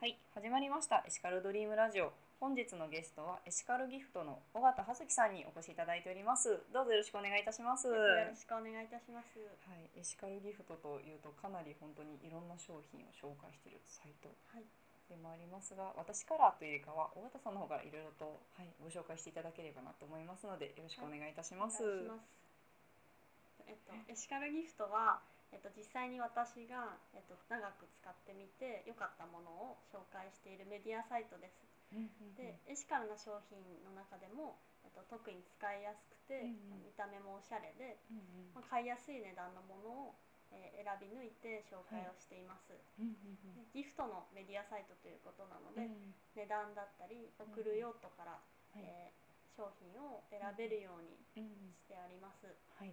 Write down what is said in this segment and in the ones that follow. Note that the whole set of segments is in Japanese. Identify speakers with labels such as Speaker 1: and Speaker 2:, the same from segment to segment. Speaker 1: はい、始まりましたエシカルドリームラジオ。本日のゲストはエシカルギフトの尾形葉月さんにお越しいただいております。どうぞよろしくお願いいたします。
Speaker 2: よ
Speaker 1: は
Speaker 2: ろしくお願いいたします。
Speaker 1: い、エシカルギフトというとかなり本当にいろんな商品を紹介しているサイト
Speaker 2: はい、
Speaker 1: でもありますが、私からというよりかは尾形さんの方からいろいろと、はい、ご紹介していただければなと思いますのでよろしくお願いいたし
Speaker 2: お
Speaker 1: ま
Speaker 2: 願い
Speaker 1: す。
Speaker 2: します。えっと、エシカルギフトは、えっと、実際に私が、えっと、長く使ってみて良かったものを紹介しているメディアサイトです。
Speaker 1: うんうんうん
Speaker 2: で、エシカルな商品の中でも、えっと、特に使いやすくて、
Speaker 1: うんうん
Speaker 2: 見た目もおしゃれで、
Speaker 1: うん
Speaker 2: まあ、買いやすい値段のものを、えー選び抜いて紹介をしています、
Speaker 1: うんうん
Speaker 2: でギフトのメディアサイトということなの
Speaker 1: うんう
Speaker 2: で、
Speaker 1: ん
Speaker 2: 値段だったり送る用途か
Speaker 1: は
Speaker 2: ら、
Speaker 1: い
Speaker 2: えー商品を選べるように
Speaker 1: うん
Speaker 2: してあります。
Speaker 1: はい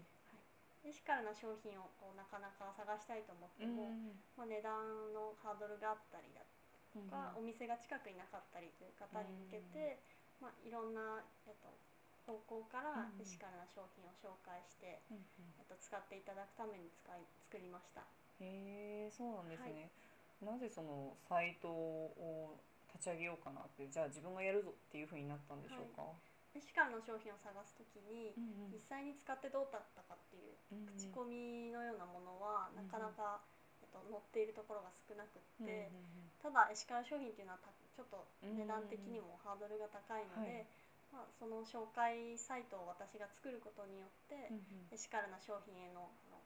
Speaker 2: エシカルな商品をこうなかなか探したいと思っても、まあ、値段のハードルがあったりだ
Speaker 1: うん
Speaker 2: とか、お店が近くになかったりという方に向けて、まあ、いろんな、えっと、方向か
Speaker 1: うん
Speaker 2: ら
Speaker 1: うん
Speaker 2: エシカルな商品を紹介して、
Speaker 1: うんうん
Speaker 2: えっと、使っていただくために使い作りました。
Speaker 1: へえそうなんですね、なぜそのサイトを立ち上げようかなってじゃあ自分がやるぞっていうふうになったんでしょうか、
Speaker 2: エシカルな商品を探すときに
Speaker 1: うんうん
Speaker 2: 実際に使ってどうだったかっていう
Speaker 1: うんうん
Speaker 2: 口コミのようなものは
Speaker 1: う
Speaker 2: なんかなか、えっと、載っているところが少なく
Speaker 1: う
Speaker 2: って、
Speaker 1: んうんうん
Speaker 2: ただエシカル商品っていうのはたちょっと値段的に
Speaker 1: うん
Speaker 2: もハードルが高いの
Speaker 1: はい
Speaker 2: で、まあ、その紹介サイトを私が作ることによって、
Speaker 1: うんうん
Speaker 2: エシカルな商品へのあの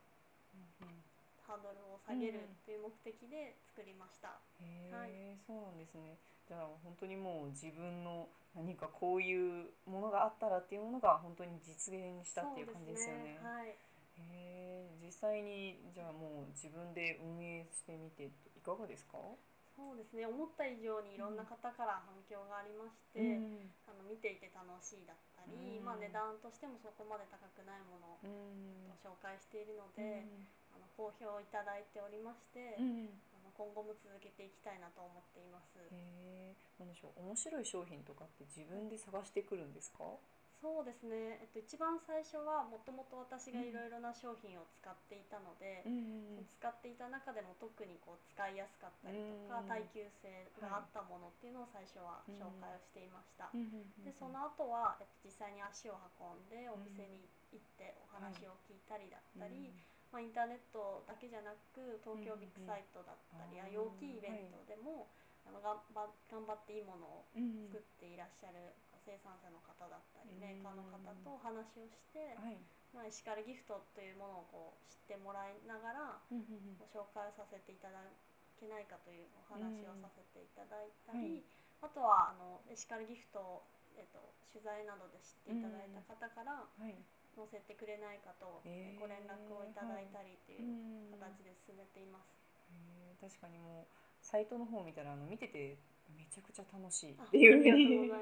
Speaker 1: うんうん
Speaker 2: ハードルを下げる
Speaker 1: うんうん
Speaker 2: という目的で作りました、
Speaker 1: へ
Speaker 2: は
Speaker 1: え、そうなんですね。じゃあ本当にもう自分の何かこういうものがあったらっていうものが本当に実現したっていう感じですよね。
Speaker 2: はい、
Speaker 1: へえ、実際にじゃあもう自分で運営してみていかがですか？
Speaker 2: そうですね思った以上にいろんな方から反響がありまして、
Speaker 1: うん
Speaker 2: あの見ていて楽しいだった
Speaker 1: う
Speaker 2: り、
Speaker 1: ん
Speaker 2: まあ、値段としてもそこまで高くないものを
Speaker 1: うん
Speaker 2: 紹介しているので、あの好評いただいておりまして、
Speaker 1: うんうん
Speaker 2: あの今後も続けていきたいなと思っています。
Speaker 1: へえ、なんでしょう、面白い商品とかって自分で探してくるんですか？
Speaker 2: そうですね、えっと、一番最初はもともと私がいろいろな商品を使っていたので、
Speaker 1: ん
Speaker 2: 使っていた中でも特にこう使いやすかったりとか、
Speaker 1: うん
Speaker 2: 耐久性があったものっていうのを最初は紹介をしていました。でその後は、えっと、実際に足を運んでお店に行ってお話を聞いたりだったり、まあ、インターネットだけじゃなく東京ビッグサイトだったり、
Speaker 1: うんうん
Speaker 2: あ大きいイベントでも、あの頑張頑張っていいものを
Speaker 1: うん
Speaker 2: 作っていらっしゃる生産者の方だったり、
Speaker 1: うん
Speaker 2: メーカーの方とお話をして、
Speaker 1: はい、
Speaker 2: まあ、エシカルギフトというものをこう知ってもらいながら
Speaker 1: うんうんうん
Speaker 2: ご紹介をさせていただけないかというお話をさせていただいた
Speaker 1: うんはい
Speaker 2: り、あとはあのエシカルギフトを、えっと、取材などで知っていただいた方か
Speaker 1: は
Speaker 2: ら
Speaker 1: い、
Speaker 2: 載せてくれないかと
Speaker 1: えー
Speaker 2: ご連絡をいただいたりという形で進めています。
Speaker 1: へー確かにもうサイトの方を見たらあの見ててめちゃくちゃ楽しいっ
Speaker 2: あ
Speaker 1: ていう
Speaker 2: ありが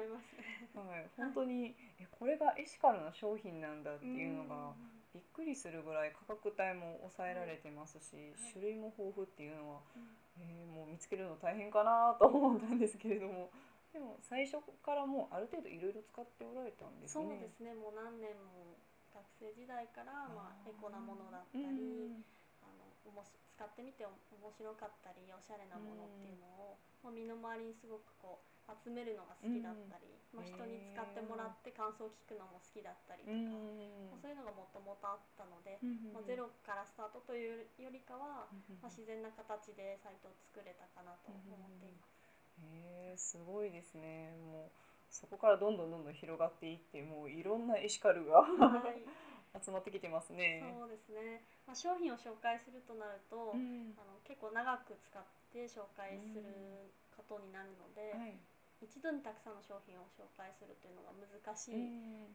Speaker 2: とうご
Speaker 1: は
Speaker 2: ざい
Speaker 1: い、
Speaker 2: ます。
Speaker 1: 本当にえこれがエシカルな商品なんだっていうのが
Speaker 2: ん
Speaker 1: びっくりするぐらい価格帯も抑えられてますし、種類も豊富っていうのは、
Speaker 2: うん
Speaker 1: えーもう見つけるの大変かなと思ったんですけれどもでも最初からもうある程度いろいろ使っておられたんですね。
Speaker 2: そうですねもう何年も学生時代からま
Speaker 1: あ
Speaker 2: あ
Speaker 1: ー
Speaker 2: エコなものだったり、
Speaker 1: うん
Speaker 2: あのおもし使ってみてお面白かったりおしゃれなものっていうのを、まあ、身の回りにすごくこう集めるのが好きだったり、
Speaker 1: うん
Speaker 2: まあ、人に使ってもらって感想を聞くのも好きだったり
Speaker 1: う
Speaker 2: とか、
Speaker 1: ん
Speaker 2: まあ、そういうのがもともとあったので、
Speaker 1: うん
Speaker 2: まあ、ゼロからスタートというよりかは、
Speaker 1: うん
Speaker 2: まあ、自然な形でサイトを作れたかなと思っています。
Speaker 1: へえすごいですねもうそこからどんどんどんどん広がっていってもういろんなエシカルが
Speaker 2: はい、
Speaker 1: 集まってきてますね。
Speaker 2: そうですね、まあ、商品を紹介するとなると、
Speaker 1: うん
Speaker 2: あの結構長く使って紹介することになるので、
Speaker 1: はい
Speaker 2: 一度にたくさんの商品を紹介するというのが難しいん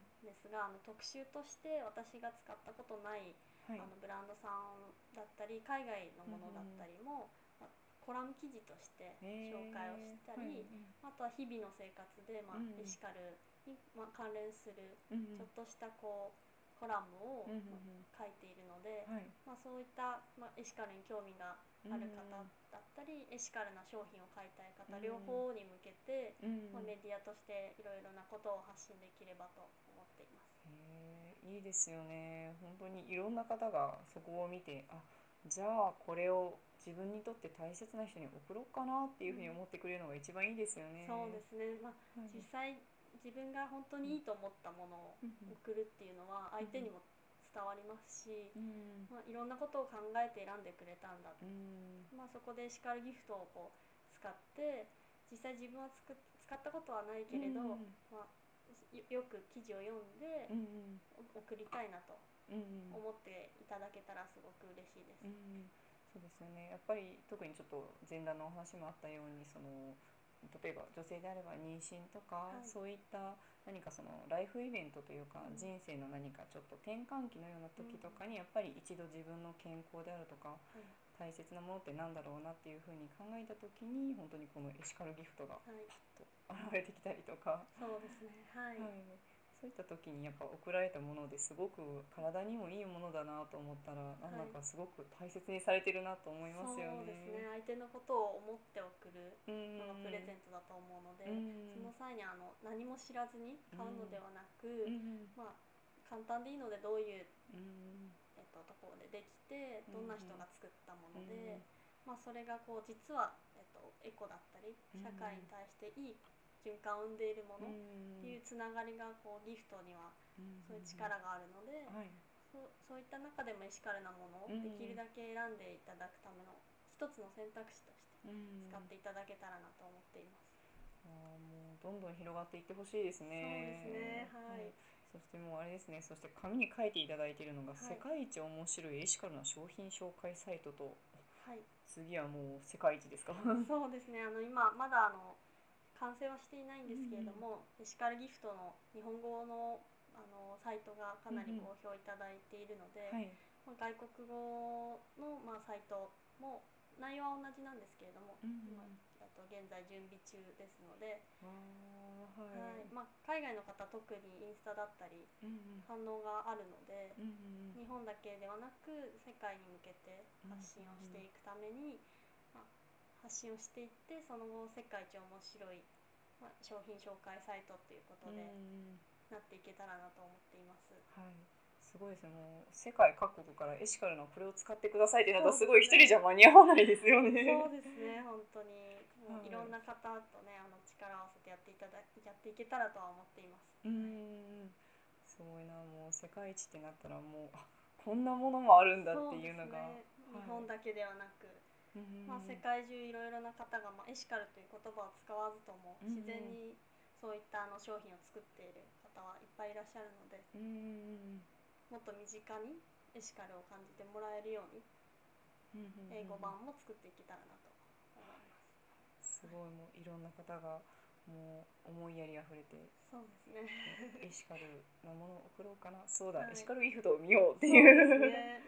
Speaker 1: ん
Speaker 2: ですが、あの特集として私が使ったことない、
Speaker 1: はい
Speaker 2: あのブランドさんだったり海外のものだったりも、まあコラム記事として紹介をした
Speaker 1: へ
Speaker 2: り、あとは日々の生活で、まあ
Speaker 1: うんうん
Speaker 2: エシカルに、まあ、関連する
Speaker 1: えうん
Speaker 2: ちょっとしたこうコラムを、
Speaker 1: うんうん
Speaker 2: まあ書いているので、
Speaker 1: うんはい
Speaker 2: まあ、そういった、まあ、エシカルに興味がある方だったり、エシカルな商品を買いたい
Speaker 1: うん
Speaker 2: 方、両方に向けて、
Speaker 1: うん
Speaker 2: まあ、メディアとしていろいろなことを発信できればと思っています。
Speaker 1: へえいいですよね本当にいろんな方がそこを見てあじゃあこれを自分にとって大切な人に送ろうかなっていうふうに思ってくれるのが一番いいですよね。
Speaker 2: そうですね、まあ、
Speaker 1: うん
Speaker 2: 実際自分が本当にいいと思ったものを
Speaker 1: うん
Speaker 2: 送るっていうのは相手にも伝わりますし、
Speaker 1: うん
Speaker 2: まあ、いろんなことを考えて選んでくれたんだ、
Speaker 1: うん
Speaker 2: まあ、そこで叱るギフトをこう使って実際自分はつく使ったことはないけれど、
Speaker 1: うん
Speaker 2: まあ、よよく記事を読んで
Speaker 1: うん
Speaker 2: お送りたいなと
Speaker 1: うんうん
Speaker 2: 思っていただけたらすごく嬉しいです。
Speaker 1: うんそうですよねやっぱり特にちょっと前段のお話もあったようにその例えば女性であれば妊娠とか、
Speaker 2: はい
Speaker 1: そういった何かそのライフイベントというか、
Speaker 2: うん
Speaker 1: 人生の何かちょっと転換期のような時とかにやっぱり一度自分の健康であるとか
Speaker 2: は
Speaker 1: 大切なものってなんだろうなっていうふうに考えた時に本当にこのエシカルギフトが
Speaker 2: い、はい、
Speaker 1: パッと現れてきたりとか、
Speaker 2: そうですね。はい、
Speaker 1: はいそういった時にやっぱ送られたものですごく体にもいいものだなと思ったらなんだかすごく大切にされてるなと思いますよ
Speaker 2: そうですね
Speaker 1: ね。
Speaker 2: 相手のことを思って送る
Speaker 1: うん
Speaker 2: のがプレゼントだと思うので、
Speaker 1: うん
Speaker 2: その際にあの何も知らずに買うのではなく、
Speaker 1: うん
Speaker 2: まあ、簡単でいいのでどういう、
Speaker 1: うん
Speaker 2: えっと、ところでできて
Speaker 1: うん
Speaker 2: どんな人が作ったもの
Speaker 1: うん
Speaker 2: で、まあ、それがこう実は、えっと、エコだったり
Speaker 1: うん
Speaker 2: 社会に対していい循環を生んでいるも
Speaker 1: う
Speaker 2: の
Speaker 1: ん
Speaker 2: っていうつながりがこうギフトには
Speaker 1: うん
Speaker 2: そういう力があるので、
Speaker 1: はい
Speaker 2: そうそういった中でもエシカルなものを
Speaker 1: うん
Speaker 2: できるだけ選んでいただくための一つの選択肢として
Speaker 1: うん
Speaker 2: 使っていただけたらなと思っています。
Speaker 1: あーもうどんどん広がっていってほしいですね。
Speaker 2: そう
Speaker 1: そし
Speaker 2: ですねはい
Speaker 1: てもうあれですね。そして紙に書いていただいているのが、
Speaker 2: はい
Speaker 1: 世界一面白いエシカルな商品紹介サイトと
Speaker 2: はい、
Speaker 1: 次はもう世界一ですか。
Speaker 2: そうですねあの今まだあの完成はしていないんですけれども、エシカルギフトの日本語のあのサイトがかな
Speaker 1: う
Speaker 2: り
Speaker 1: んうん
Speaker 2: 好評いただいているの で、
Speaker 1: はい。
Speaker 2: まあ外国語の、まあ、サイトも内容は同じなんですけれども、
Speaker 1: うんうん
Speaker 2: 今えっと現在準備中ですので、
Speaker 1: あーはい。
Speaker 2: はいまあ、海外の方特にインスタだったり
Speaker 1: うん
Speaker 2: 反応があるので、
Speaker 1: うん。うんうん
Speaker 2: 日本だけではなく世界に向けて発信をしていくために、まあ発信をしていってその後世界一面白い、まあ、商品紹介サイトっていうこ
Speaker 1: うん
Speaker 2: とで
Speaker 1: うん
Speaker 2: なっていけたらなと思っています。
Speaker 1: はい。すごいですね。もう世界各国からエシカルなこれを使ってくださいってなったらすごい一
Speaker 2: そうで
Speaker 1: 人じゃ
Speaker 2: すね
Speaker 1: 間に合わないですよね。
Speaker 2: そうですね 本当にも
Speaker 1: は
Speaker 2: う
Speaker 1: い
Speaker 2: いろんな方とねあの力を合わせてやっていただやっていけたらとは思っています。
Speaker 1: うん。すごいな。もう世界一ってなったらもうあこんなものもあるんだっていうのが。
Speaker 2: そうですね
Speaker 1: はい
Speaker 2: 日本だけではなく、
Speaker 1: うん
Speaker 2: まあ、世界中いろいろな方が、まあ、エシカルという言葉を使わずとも
Speaker 1: うん
Speaker 2: 自然にそういったあの商品を作っている方はいっぱいいらっしゃるので
Speaker 1: うん
Speaker 2: もっと身近にエシカルを感じてもらえるように
Speaker 1: うんうん
Speaker 2: 英語版も作っていけたらなと思います。
Speaker 1: すごいもういろんな方がもう思いやりあふれて
Speaker 2: そうですね。
Speaker 1: エシカルなものを送ろうかなそうだ、
Speaker 2: はい
Speaker 1: エシカルギフトを見ようって
Speaker 2: そう
Speaker 1: い
Speaker 2: です
Speaker 1: う
Speaker 2: ね。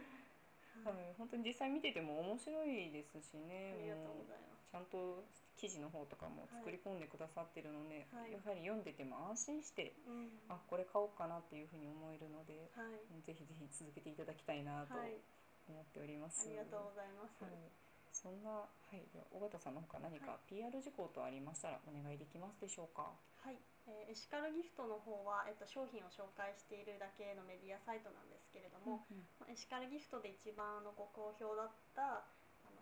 Speaker 1: は
Speaker 2: はいい、
Speaker 1: 本当に実際見てても面白いですし
Speaker 2: あ
Speaker 1: ね
Speaker 2: りがとう
Speaker 1: も
Speaker 2: ご
Speaker 1: う
Speaker 2: ざいます。
Speaker 1: ちゃんと記事の方とかも
Speaker 2: はい
Speaker 1: 作り込んでくださってるので、
Speaker 2: はい
Speaker 1: やはり読んでても安心して
Speaker 2: うん、
Speaker 1: あこれ買おうかなっていうふうに思えるので
Speaker 2: はい、
Speaker 1: ぜひぜひ続けていただきたいなと
Speaker 2: はい、
Speaker 1: 思っております。
Speaker 2: ありがとうございます。
Speaker 1: はい、そんな、はい、では尾形さんのほか何
Speaker 2: は
Speaker 1: か PR 事項とありましたらお願いできますでしょうか。
Speaker 2: はい、えーエシカルギフトの方は、えっと、商品を紹介しているだけのメディアサイトなんですけれども、まあエシカルギフトで一番あのご好評だったあ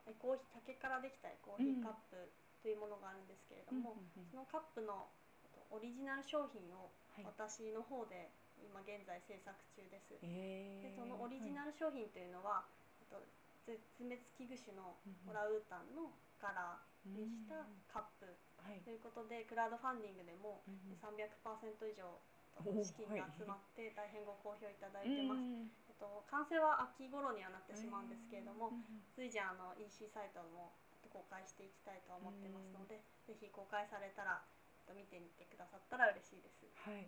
Speaker 2: のエコーヒ竹からできたエコーヒーカップというものがあるんですけれども、そのカップのえっとオリジナル商品を
Speaker 1: はい
Speaker 2: 私の方で今現在制作中です。
Speaker 1: え
Speaker 2: でそのオリジナ
Speaker 1: ル
Speaker 2: ル商品というのは、えっと絶滅危惧種のオラウータンの柄にしたカップ
Speaker 1: はい
Speaker 2: ということでクラウドファンディングでも
Speaker 1: うんうん
Speaker 2: 300%以上
Speaker 1: おー
Speaker 2: 資金が集まって大変ご好評いただいて
Speaker 1: うん
Speaker 2: ま
Speaker 1: う
Speaker 2: す。
Speaker 1: ん
Speaker 2: えっと、完成は秋頃にはなってしまうんですけれども、
Speaker 1: うんうん
Speaker 2: 随時あの EC サイトも公開していきたいと思ってますので、ぜひ公開されたらえっと見てみてくださったら嬉しいです。
Speaker 1: はい。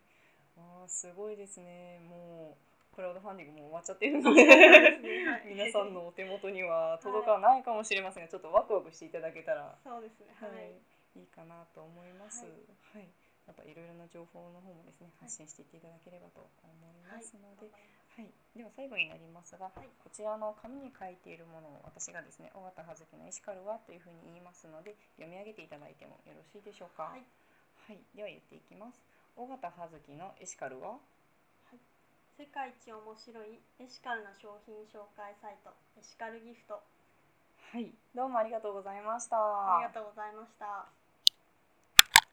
Speaker 1: ああすごいですね。もうクラウドファンディングもう終わっちゃってるので、 皆さんのお手元には届かないかもしれませんが、ちょっとワクワクしていただけたら、
Speaker 2: そうですね。はい。
Speaker 1: い、いいかなと思います。はい。またいろいろな情報の方もですね
Speaker 2: はい
Speaker 1: 発信していっていただければと思い
Speaker 2: は
Speaker 1: ま
Speaker 2: い。
Speaker 1: すので、
Speaker 2: 頑張ります
Speaker 1: はい、では最後になりますが、
Speaker 2: い
Speaker 1: こちらの紙に書いているものを私がですね、尾形葉月のエシカルはというふうに言いますので、読み上げていただいてもよろしいでしょうか。
Speaker 2: はい
Speaker 1: はい、では言っていきます。尾形葉月のエシカルは、
Speaker 2: 世世界一面白いエシカルな商品紹介サイトエシカルギフト
Speaker 1: はい、どうもありがとうございました。
Speaker 2: ありがとうございました。